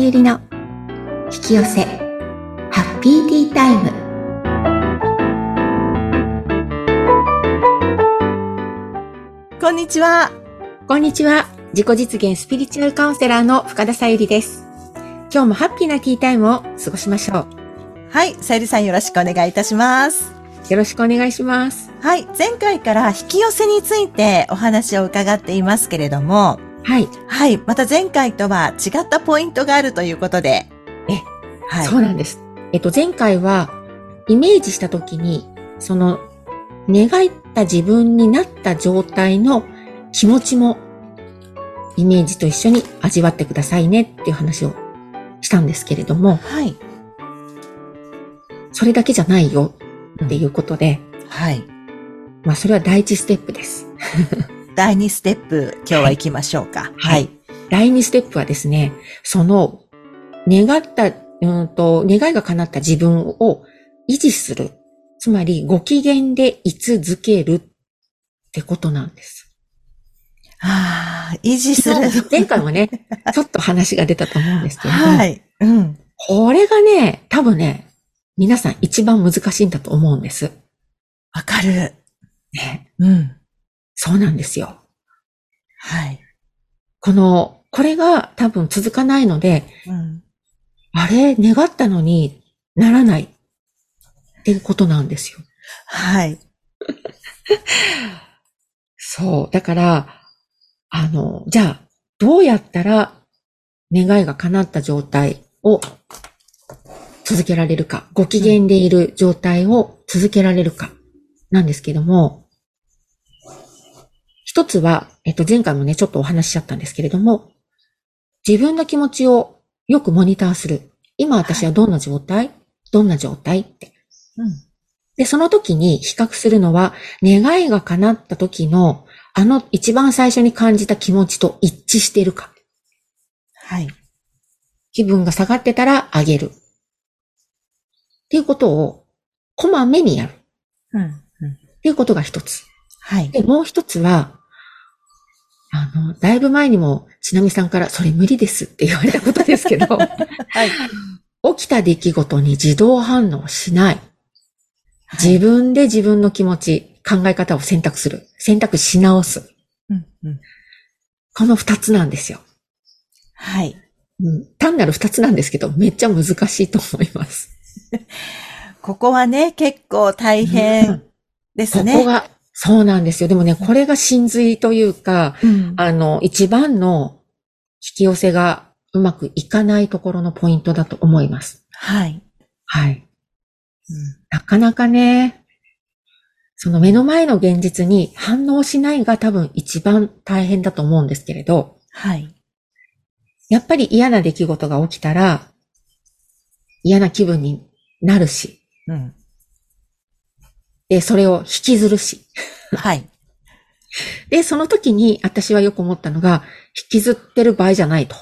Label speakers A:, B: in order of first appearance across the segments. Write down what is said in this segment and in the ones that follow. A: ゆりの引き寄せハッピーティータイム
B: こんにちは。
A: こんにちは自己実現スピリチュアルカウンセラーの深田さゆりです今日もハッピーなティータイムを過ごしましょう
B: はい、さゆりさんよろしくお願いいたします。
A: よろしくお願いします
B: はい、前回から引き寄せについてお話を伺っていますけれども、
A: はい、
B: はい、また前回とは違ったポイントがあるということで。
A: え、
B: はい。
A: そうなんですえっと前回はイメージした時にその願った自分になった状態の気持ちもイメージと一緒に味わってくださいねっていう話をしたんですけれども、
B: はい。
A: それだけじゃないよっていうことで、
B: はい。
A: まあそれは第一ステップです。
B: 第2ステップ、今日は行きましょうか。はい。
A: 第二ステップはですね、その願った、うーんと、願いが叶った自分を維持する。つまりご機嫌で居続けるってことなんです。
B: ああ、維持する。
A: 前回もね、ちょっと話が出たと思うんですけれど、
B: はい。うん。
A: これがね、多分ね、皆さん一番難しいんだと思うんです。
B: わかる。
A: ね、
B: うん。
A: そうなんですよ。
B: はい。
A: この、これが多分続かないので、
B: うん。
A: あれ、願ったのにならないっていうことなんですよ。
B: はい。
A: そう。だから、あの、じゃあ、どうやったら願いが叶った状態を続けられるか、ご機嫌でいる状態を続けられるか、なんですけども、一つは、えっと、前回もね、ちょっとお話ししちゃったんですけれども、自分の気持ちをよくモニターする。今私はどんな状態どんな状態って。
B: うん。
A: で、その時に比較するのは、願いが叶った時の、あの一番最初に感じた気持ちと一致しているか。
B: はい。
A: 気分が下がってたら上げる。っていうことを、こまめにやる。っ
B: うん。うん。
A: ていうことが一つ。
B: はい。
A: で、もう一つは、あの、だいぶ前にも、ちなみさんから、それ無理ですって言われたことですけど、
B: はい。
A: 起きた出来事に自動反応しない。自分で自分の気持ち、考え方を選択する。選択し直す。
B: うん。うん。
A: この二つなんですよ。
B: はい。
A: うん、単なる二つなんですけど、めっちゃ難しいと思います。
B: ここはね、結構大変です
A: こ
B: ね。
A: こが、そうなんですよ。でもね、これが真髄というか、
B: うん
A: あの、一番の引き寄せがうまくいかないところのポイントだと思います。
B: はい。
A: はい。
B: うん
A: なかなかね、その目の前の現実に反応しないが多分一番大変だと思うんですけれど、
B: はい。
A: やっぱり嫌な出来事が起きたら、嫌な気分になるし、
B: うん。
A: で、それを引きずるし。
B: はい。
A: で、その時に私はよく思ったのが、引きずってる場合じゃないと。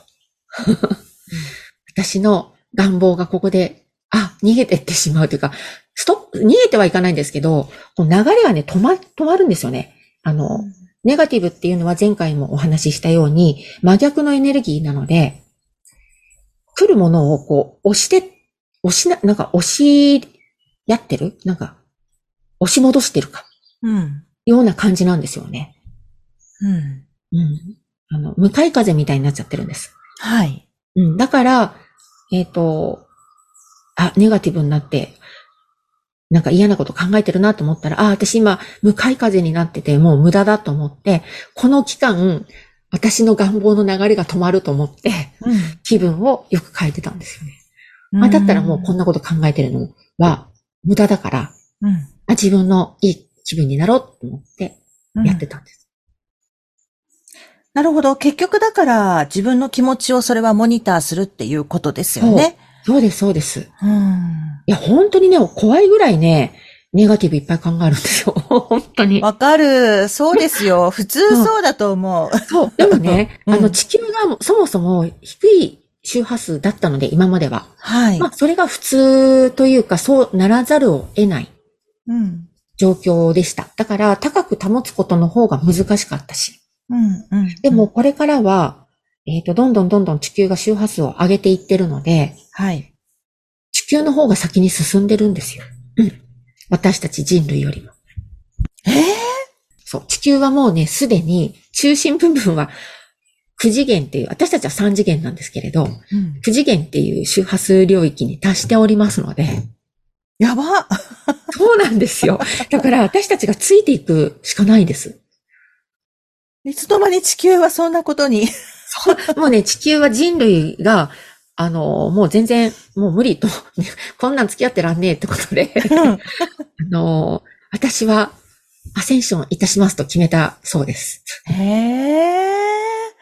A: 私の願望がここで、あ、逃げてってしまうというか、ストップ、逃げてはいかないんですけど、こう流れがね、止ま、止まるんですよね。あの、ネガティブっていうのは前回もお話ししたように、真逆のエネルギーなので、来るものをこう、押して、押しな、なんか押し、やってるなんか、押し戻してるか、
B: うん。
A: ような感じなんですよね。
B: うん。
A: うん。あの、向かい風みたいになっちゃってるんです。
B: はい。
A: うん。だから、えっ、と、あ、ネガティブになって、なんか嫌なこと考えてるなと思ったら、あ、私今、向かい風になってて、もう無駄だと思って、この期間、私の願望の流れが止まると思って、気分をよく変えてたんですよね。
B: う
A: あ
B: ん
A: だったらもうこんなこと考えてるのは無駄だから、
B: うん。
A: あ自分のいい気分になろうと思ってやってたんです。
B: なるほど。結局だから自分の気持ちをそれはモニターするっていうことですよね。
A: そうです、そうです。
B: うん。
A: いや、本当にね、怖いぐらいね、ネガティブいっぱい考えるんですよ。 本当に。
B: わかる。そうですよ。普通そうだと思う。
A: そう。でもね、
B: うん
A: あの、地球がもそもそも低い周波数だったので、今までは。
B: はい
A: ま。あ、それが普通というか、そうならざるを得ない
B: うん。
A: 状況でした。だから、高く保つことの方が難しかったし。
B: うん。うん。
A: でも、これからは、えっ、と、どんどんどんどん地球が周波数を上げていってるので、
B: はい。
A: 地球の方が先に進んでるんですよ。うん私たち人類よりも。
B: え
A: そう。地球はもうね、すでに中心部分は9次元っていう、私たちは3次元なんですけれど、
B: ーうん
A: 9次元っていう周波数領域に達しておりますので、
B: やば
A: そうなんです よ。だから私たちがついていくしかないです。
B: いつの間に地球はそんなこと に。
A: もうね、地球は人類が、あの、もう全然、もう無理と、 こんなん付き合ってらんねえってことで、 あの、私はアセンションいたしますと決めたそうです。
B: へえ。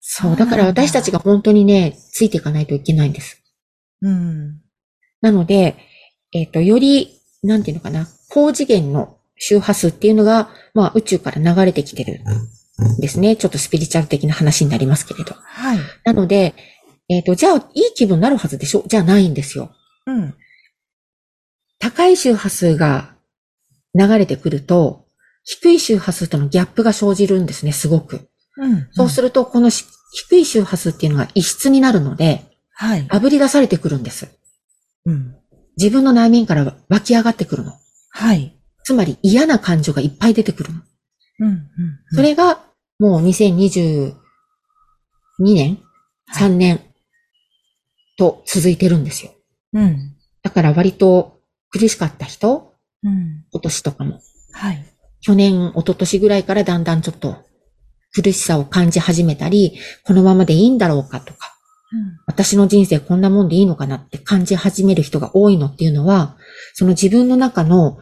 A: そう、だから私たち
B: が。
A: が本当にね、ついていかないといけないんです。
B: うん。
A: なので、えっ、と、より、なんていうのかな、高次元の周波数っていうのが、まあ宇宙から流れてきてるんですね。ちょっとスピリチュアル的な話になりますけれど。
B: はい。
A: なので、えっ、と、じゃあ、いい気分になるはずでしょじゃないんですよ。
B: うん。
A: 高い周波数が流れてくると、低い周波数とのギャップが生じるんですね、すごく。
B: うん。
A: そうす
B: る。
A: ると、このし低い周波数っていうのが異質になるので、
B: はい。
A: 炙り出されてくるんです。
B: うん。
A: 自分の内面から湧き上がってくるの。
B: はい。
A: つまり嫌な感情がいっぱい出てくるの。
B: うん。うん。
A: それが、もう2022年、
B: はい
A: 3年と続いてるんですよ。
B: うん。
A: だから割と苦しかった人、
B: うん。
A: 今年とかも、
B: はい。
A: 去年、一昨年ぐらいからだんだんちょっと苦しさを感じ始めたり、このままでいいんだろうかとか、私の人生こんなもんでいいのかなって感じ始める人が多いのっていうのは、その自分の中の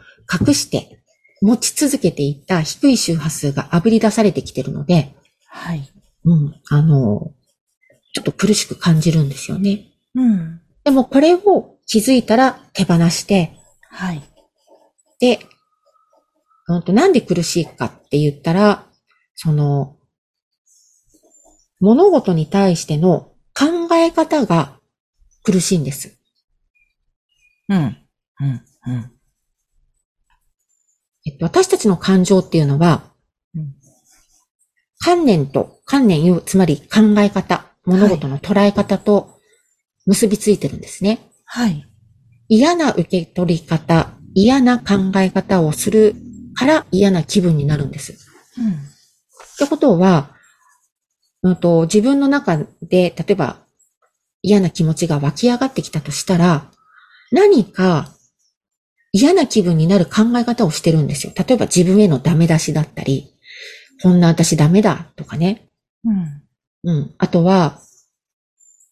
A: 隠して持ち続けていた低い周波数が炙り出されてきてるので、
B: はい。
A: うん、あの、ちょっと苦しく感じるんですよね。
B: うん。
A: でもこれを気づいたら手放して、
B: はい。
A: で、うんとなんで苦しいかって言ったら、その、物事に対しての考え方が苦しいんです。
B: うん。うん。うん。
A: えっと、私たちの感情っていうのは、
B: うん
A: 観念と、観念よ、つまり考え方、物事の捉え方と結びついてるんですね。
B: はい。
A: 嫌な受け取り方、嫌な考え方をするから嫌な気分になるんです。
B: うん。
A: ってことは、うんと、自分の中で、例えば嫌な気持ちが湧き上がってきたとしたら、何か嫌な気分になる考え方をしてるんですよ。例えば自分へのダメ出しだったり、こんな私ダメだとかね。
B: うん。
A: うん。あとは、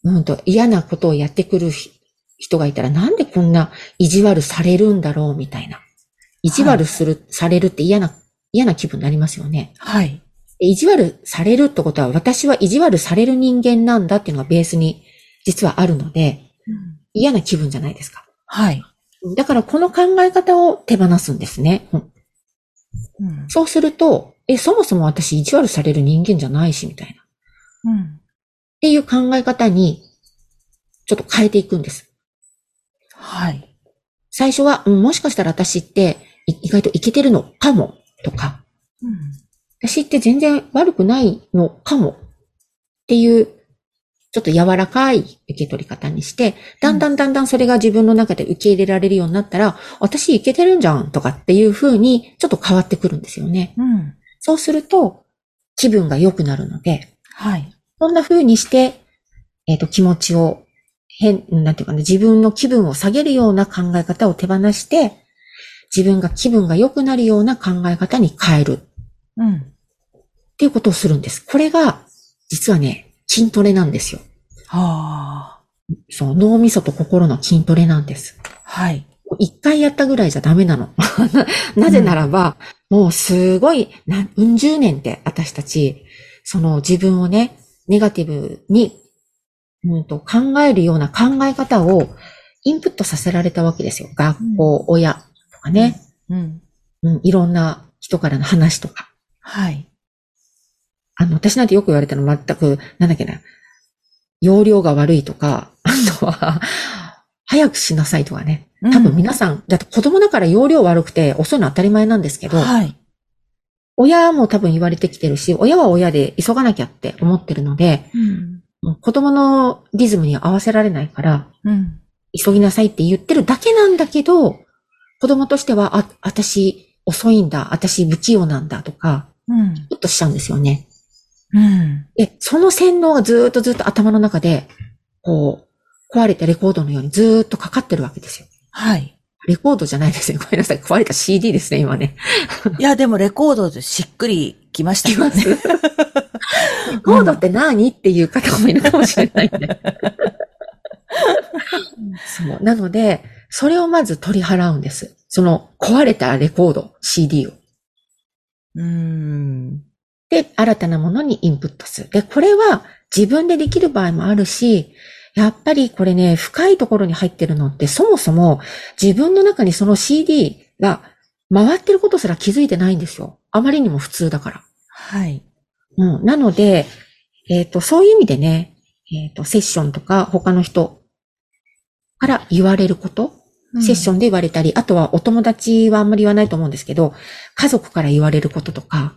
A: うんと、嫌なことをやってくるひ人がいたら、なんでこんな意地悪されるんだろうみたいな。意地悪する、されるって嫌な、嫌な気分になりますよね。
B: はい。
A: で意地悪されるってことは、私は意地悪される人間なんだっていうのがベースに実はあるので、
B: うん
A: 嫌な気分じゃないですか。
B: はい。
A: だからこの考え方を手放すんですね。うん
B: うん。
A: そうすると、え、そもそも私意地悪される人間じゃないし、みたいな。っ
B: うん。
A: ていう考え方に、ちょっと変えていくんです。
B: はい。
A: 最初は、うん、もしかしたら私ってい意外といけてるのかも、とか、
B: うん。
A: 私って全然悪くないのかもっていう、ちょっと柔らかい受け取り方にして、だんだんだんだんそれが自分の中で受け入れられるようになったら、私いけてるんじゃんとかっていう風にちょっと変わってくるんですよね。
B: うん。
A: そうすると気分が良くなるので、
B: はい。
A: こんな風にして、えっ、と、気持ちを変、なんていうかね、自分の気分を下げるような考え方を手放して、自分が気分が良くなるような考え方に変える
B: うん。
A: っていうことをするんです。これが、実はね、筋トレなんですよ。
B: は
A: そう、脳みそと心の筋トレなんです。
B: あ。はい。
A: 一回やったぐらいじゃダメなの。 なぜならば、もうすごい、なうん十年って私たち、その自分をね、ネガティブに、うんと考えるような考え方をインプットさせられたわけですよ。学校、親とかね、
B: うん。
A: うん、いろんな人からの話とか。
B: はい。
A: あの、私なんてよく言われたの全く、なんだっけな、容量が悪いとか、 あとは、早くしなさいとかね。多分皆さん、だって子供だから容量悪くて遅いのは当たり前なんですけど、
B: はい。
A: 親も多分言われてきてるし、親は親で急がなきゃって思ってるので、
B: うん。
A: もう子供のリズムに合わせられないから、
B: うん。
A: 急ぎなさいって言ってるだけなんだけど、子供としては、あ、私遅いんだ、私不器用なんだとか、
B: うん。
A: ちょっとしちゃうんですよね。
B: うん。
A: で、その洗脳がずーっとずーっと頭の中で、こう、壊れたレコードのようにずーっとかかってるわけですよ。
B: はい。
A: レコードじゃないですね。ごめんなさい。壊れた CD ですね、今ね。
B: いや、でもレコードでしっくりきましたよね。
A: レコードって何っていう方もいるかもしれないんで。そう。なので、それをまず取り払うんです。その壊れたレコード、CD を。
B: うん。
A: で、新たなものにインプットする。で、これは自分でできる場合もあるし、やっぱりこれね、深いところに入ってるのって、そもそも自分の中にその CD が回ってることすら気づいてないんですよ。あまりにも普通だから。
B: はい。
A: うん。なので、えっ、と、そういう意味でね、えっ、と、セッションとか他の人から言われること、セッショ
B: ン。
A: ンで言われたり、あとはお友達はあんまり言わないと思うんですけど、家族から言われることとか、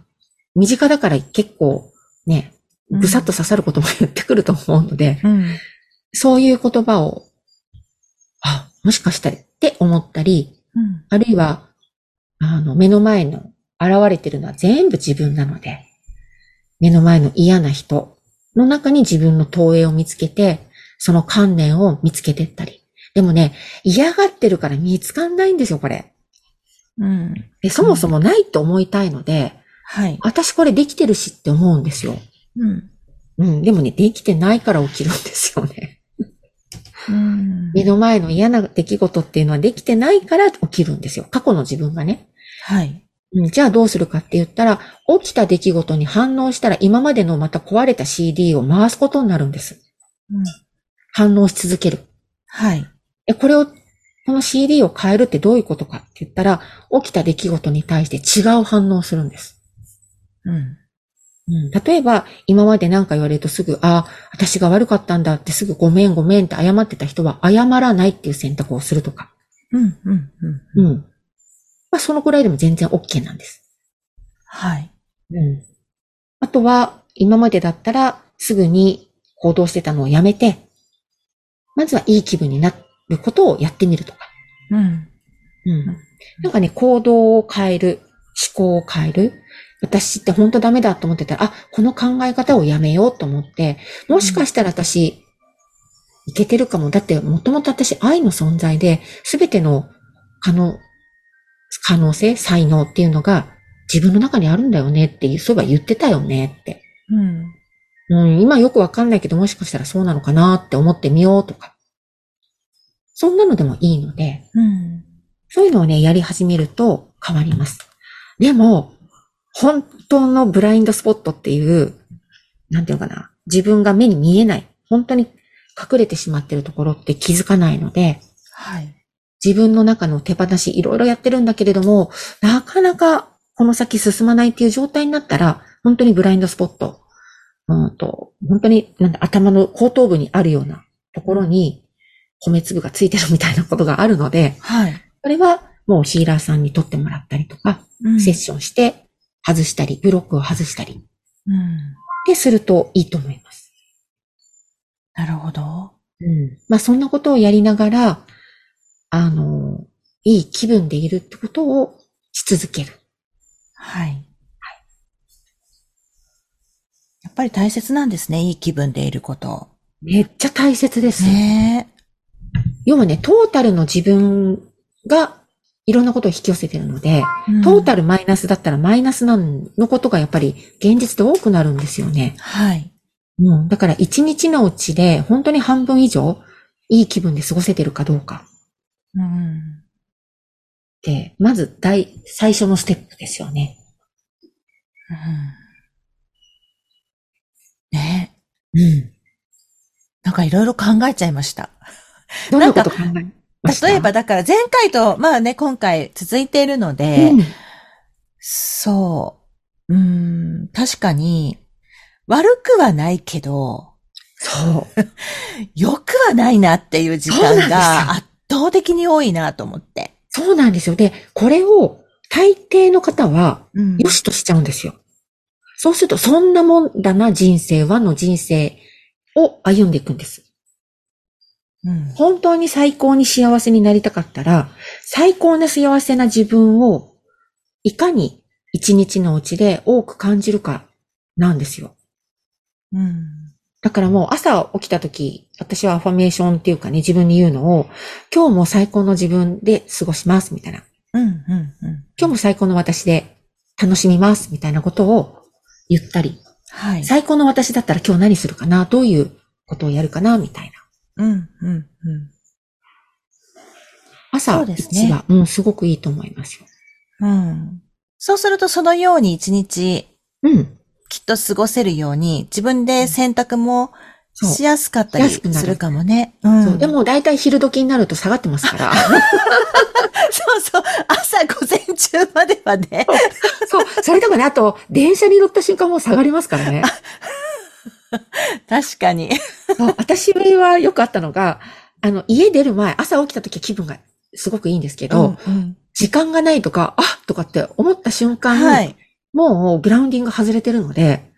A: 身近だから結構ね、
B: うん
A: ぐさっと刺さることも言ってくると思うので、
B: うん。
A: そういう言葉を、あ、もしかしたらって思ったり、
B: うん。
A: あるいは、あの、目の前の現れてるのは全部自分なので、目の前の嫌な人の中に自分の投影を見つけて、その観念を見つけてったり。でもね、嫌がってるから見つかんないんですよ、これ。
B: うん。
A: でそもそもないと思いたいので、
B: はい。
A: 私これできてるしって思うんですよ。
B: うん。
A: うん、でもね、できてないから起きるんですよね。
B: うん
A: 目の前の嫌な出来事っていうのはできてないから起きるんですよ。過去の自分がね。
B: はい。
A: うん、じゃあどうするかって言ったら、起きた出来事に反応したら今までのまた壊れた CD を回すことになるんです。
B: うん
A: 反応し続ける。
B: はい。
A: え、これを、この CD を変えるってどういうことかって言ったら、起きた出来事に対して違う反応をするんです。
B: うん。
A: うん、例えば、今まで何か言われるとすぐ、ああ、私が悪かったんだってすぐごめんごめんって謝ってた人は、謝らないっていう選択をするとか。
B: うん。うん。うん。
A: うん。まあ、そのくらいでも全然 OK なんです。
B: はい。
A: うん。あとは、今までだったら、すぐに行動してたのをやめて、まずはいい気分になることをやってみるとか。
B: うん。
A: うん。なんかね、行動を変える、思考を変える。私って本当ダメだと思ってたら、あ、この考え方をやめようと思って、もしかしたら私、いけてるかも。だって、もともと私、愛の存在で、すべての可能、可能性、才能っていうのが、自分の中にあるんだよねっていう、そういえば言ってたよねって。
B: うん。
A: うん、今よくわかんないけど、もしかしたらそうなのかなって思ってみようとか。そんなのでもいいので、
B: うん。
A: そういうのをね、やり始めると変わります。でも、本当のブラインドスポットっていう、なんていうのかな、自分が目に見えない、本当に隠れてしまってるところって気づかないので、
B: はい。
A: 自分の中の手放しいろいろやってるんだけれども、なかなかこの先進まないっていう状態になったら、本当にブラインドスポット、うんと、本当になんだ頭の後頭部にあるようなところに米粒がついてるみたいなことがあるので、
B: はい。
A: これはもうヒーラーさんに取ってもらったりとか、
B: うん
A: セッションして外したり、ブロックを外したり、
B: うん。
A: で、するといいと思います。
B: なるほど。
A: うん。まあ、そんなことをやりながら、あの、いい気分でいるってことをし続ける。
B: はい。やっぱり大切なんですね。いい気分でいること。
A: めっちゃ大切です。
B: ね
A: 要はね、トータルの自分がいろんなことを引き寄せてるので、
B: え。うん
A: トータルマイナスだったらマイナスなんのことがやっぱり現実で多くなるんですよね。
B: はい。
A: うん。だから一日のうちで本当に半分以上いい気分で過ごせてるかどうか
B: うん。
A: って、まず第、最初のステップですよね。
B: うんねえ。
A: うん。
B: なんかいろいろ考えちゃいました。
A: どんなこと考えました
B: 例えば、だから前回と、まあね、今回続いているので、
A: うん
B: そう。うーん、確かに、悪くはないけど、
A: そう。
B: 良くはないなっていう時
A: そう
B: 間
A: なんですよ
B: が圧倒的に多いなと思って。
A: そうなんですよ。で、これを大抵の方は、
B: うん
A: よしとしちゃうんですよ。そうすると、そんなもんだな人生はの人生を歩んでいくんです。
B: うん
A: 本当に最高に幸せになりたかったら、最高な幸せな自分を、いかに一日のうちで多く感じるかなんですよ。
B: うん
A: だからもう朝起きた時、私はアファメーションっていうかね、自分に言うのを、今日も最高の自分で過ごします、みたいな。
B: うんうんうん
A: 今日も最高の私で楽しみます、みたいなことを言ったり、
B: はい。
A: 最高の私だったら今日何するかな、どういうことをやるかな、みたいな。
B: うんうんうん
A: 朝
B: そう
A: 一
B: ですね
A: は、うん、すごくいいと思いますよ。
B: うんそうするとそのように一日
A: うん。
B: きっと過ごせるように自分で選択も
A: そう。
B: しやすかったり
A: 安くなる
B: するかもね。うん
A: そう。 でも大体昼時になると下がってますから。
B: そうそう。朝午前中まではね。
A: そう。それとかね、あと、電車に乗った瞬間もう下がりますからね。
B: 確かに。
A: そう。私はよくあったのが、あの、家出る前、朝起きた時気分がすごくいいんですけど、
B: うん
A: 時間がないとか、あとかって思った瞬間に、
B: はい。
A: もうグラウンディング外れてるので、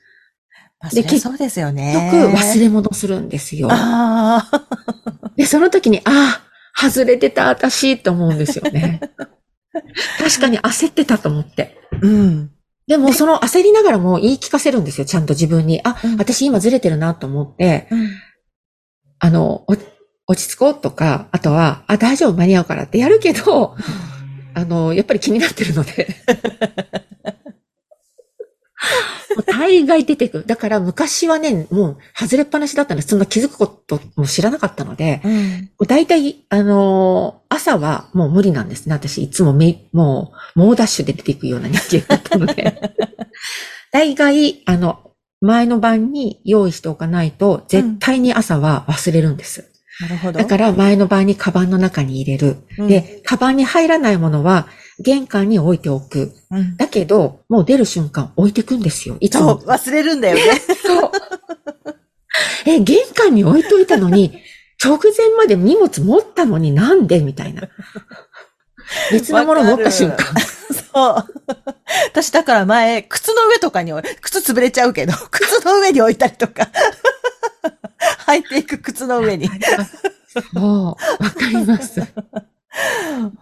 B: まあ
A: で
B: そりゃそうですよ
A: よく
B: ね。
A: 忘れ物するんですよ。
B: ああ。
A: で、その時に、ああ、外れてた私って思うんですよ ね。確かに焦ってたと思って。
B: うん。
A: でも、その焦りながらも言い聞かせるんですよ、ちゃんと自分に。あ
B: うん、
A: 私今ずれてるなと思って、あの、お落ち着こうとか、あとは、あ、大丈夫、間に合うからってやるけど、あの、やっぱり気になってるので。 もう大概出てくる。だから昔はね、もう外れっぱなしだったんです。そんな気づくことも知らなかったので、
B: うん。
A: もう大体、あのー朝はもう無理なんですね。私、いつもめ、もう、猛ダッシュで出ていくような日程だったの で。大概、あの、前の晩に用意しておかないと、絶対に朝は忘れるんです。
B: なるほど。
A: だから前の晩にカバンの中に入れる。
B: うん、
A: で、カバンに入らないものは、玄関に置いておく。
B: うん
A: だけど、もう出る瞬間置いてくんですよ。いつ
B: そ
A: も
B: う、。忘れるんだよね。
A: そう。え、玄関に置いといたのに、直前まで荷物持ったのになんでみたいな。別のもの持った瞬間。
B: そう。 私だから前、靴の上とかに置い、靴潰れちゃうけど、 靴の上に置いたりとか。 履いていく靴の上に。
A: もう、わかります。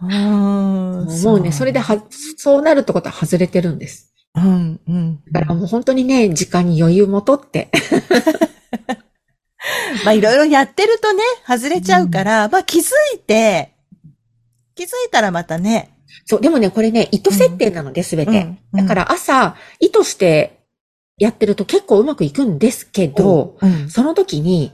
A: も
B: も
A: うね、それでは、そうなるってことは外れてるんです。
B: うん、うん。
A: だからもう本当にね、時間に余裕もとって。
B: まあいろいろやってるとね、外れちゃうから、まあ気づいて、気づいたらまたね。、
A: そう、でもね、これね、意図設定なので、すべて。だからら朝、意図してやってると結構うまくいくんですけど、
B: うん
A: その時に、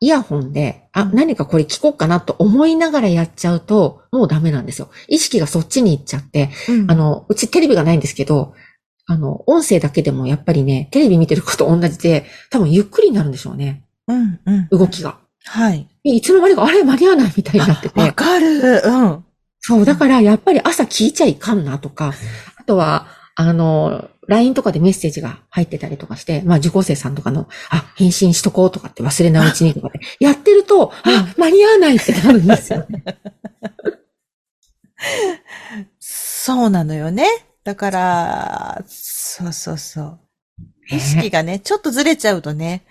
A: イヤホンで、あ、何かこれ聞こうかなと思いながらやっちゃうと、もうダメなんですよ。意識がそっちに行っちゃって、
B: うん
A: あの、うちテレビがないんですけど、あの、音声だけでもやっぱりね、テレビ見てること同じで、多分ゆっくりになるんでしょうね。
B: うん、うん。
A: 動きが。
B: はい。
A: いつの間にか、あれ間に合わないみたいになって
B: わ
A: て。
B: かる。うん。
A: そう、だからやっぱり朝聞いちゃいかんなとか、あとは、あの、LINE とかでメッセージが入ってたりとかして、まあ受講生さんとかの、あ、返信しとこうとかって忘れないうちにとかで、やってると、あ、間に合わないってなるんですよね。
B: そうなのよね。だから、そうそうそう。 意識がね、ちょっとずれちゃうとね。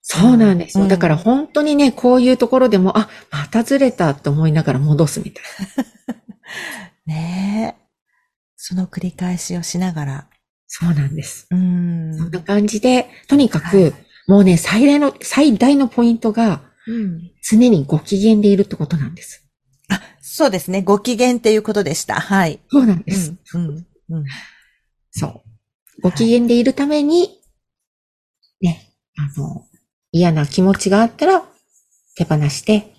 A: そうなんですよ。
B: うん
A: だから本当にね、こういうところでも、あ、またずれたと思いながら戻すみたいな。
B: ねえ。その繰り返しをしながら。
A: そうなんです。
B: うん。
A: そんな感じで、とにかく、もうね、最大の、最大のポイントが、
B: うん
A: 常にご機嫌でいるってことなんです。
B: そうですね。ご機嫌っていうことでした。はい。
A: そうなんで
B: う
A: す。
B: ん。うん。うん。
A: そう。ご機嫌でいるために、ね、あの、嫌な気持ちがあったら手放して、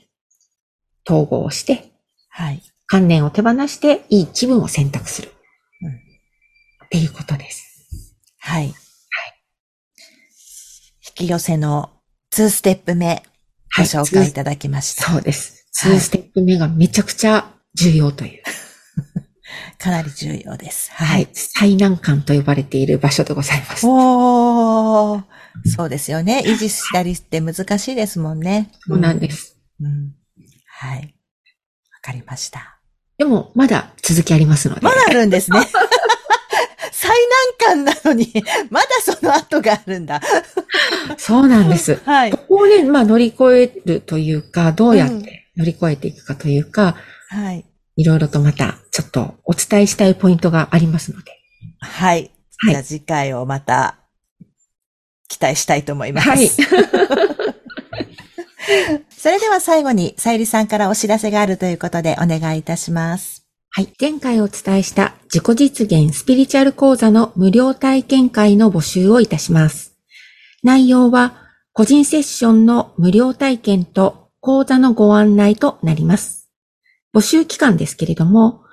A: 統合をして、
B: はい。
A: 観念を手放して、いい気分を選択する。
B: うん
A: っていうことです。
B: はい。引き寄せの2ステップ目、
A: は
B: ご
A: い。
B: 紹介い
A: ツー
B: ただきました。
A: そうです。
B: はい
A: 2ステップ目がめちゃくちゃ重要という。
B: かなり重要です。
A: は
B: はいい。。
A: 最難関と呼ばれている場所でございます。そ
B: おー。そうですよね。維持したりって難しいですもんね。
A: うなんです。
B: うん。はい。わかりました。
A: でも、まだ続きありますので。
B: まだあるん ですね。最難関なのに、まだその後があるんだ。
A: そうなんです。
B: はい
A: こ。こをね、まあ乗り越えるというか、どうやって乗り越えていくかというか、
B: はい。
A: いろいろとまたちょっとお伝えしたいポイントがありますので。
B: はい。
A: はい
B: じゃあ次回をまた期待したいと思います。
A: はい。
B: それでは最後に、さゆりさんからお知らせがあるということでお願いいたします。
A: はい。前回お伝えした自己実現スピリチュアル講座の無料体験会の募集をいたします。内容は個人セッションの無料体験と講座のご案内となります。募集期間ですけれども、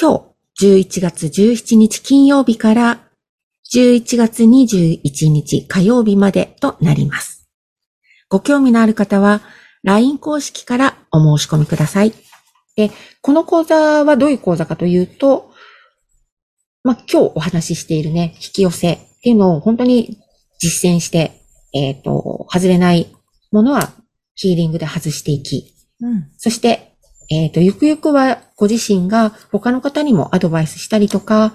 A: 今日11月17日金曜日から11月21日火曜日までとなります。ご興味のある方は LINE 公式からお申し込みください。この講座はどういう講座かというと、まあ、今日お話ししているね、引き寄せっていうのを本当に実践して、えっ、と、外れないものはヒーリングで外していき、
B: うん。
A: そして、えっ、と、ゆくゆくはご自身が他の方にもアドバイスしたりとか、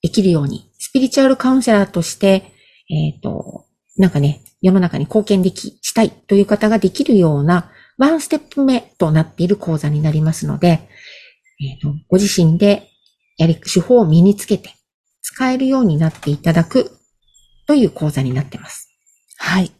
A: できるように、スピリチュアルカウンセラーとして、えっ、と、なんかね、世の中に貢献でき、したいという方ができるような、ワンステップ目となっている講座になりますので、えっ、と、ご自身でやり、手法を身につけて、使えるようになっていただく、という講座になってます。
B: はい。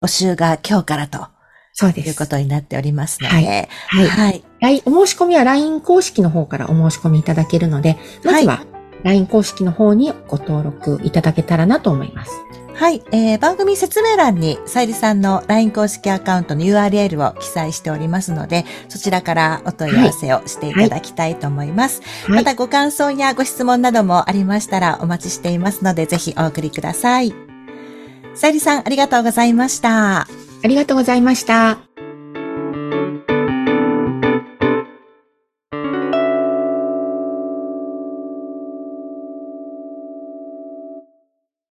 B: 募集が今日からと
A: そうで
B: いう
A: す。
B: ことになっておりますので、
A: は
B: はい。
A: はい。LINE お申し込みは LINE 公式の方からお申し込みいただけるので、まずは LINE 公式の方にご登録いただけたらなと思います。
B: はい、えー番組説明欄にさゆりさんの LINE 公式アカウントの URL を記載しておりますので、そちらからお問い合わせをしていただきたいと思います。
A: はい
B: またご感想やご質問などもありましたらお待ちしていますので、ぜひお送りください。さゆりさん、ありがとうございまし
A: あ
B: た。
A: りがとうございました。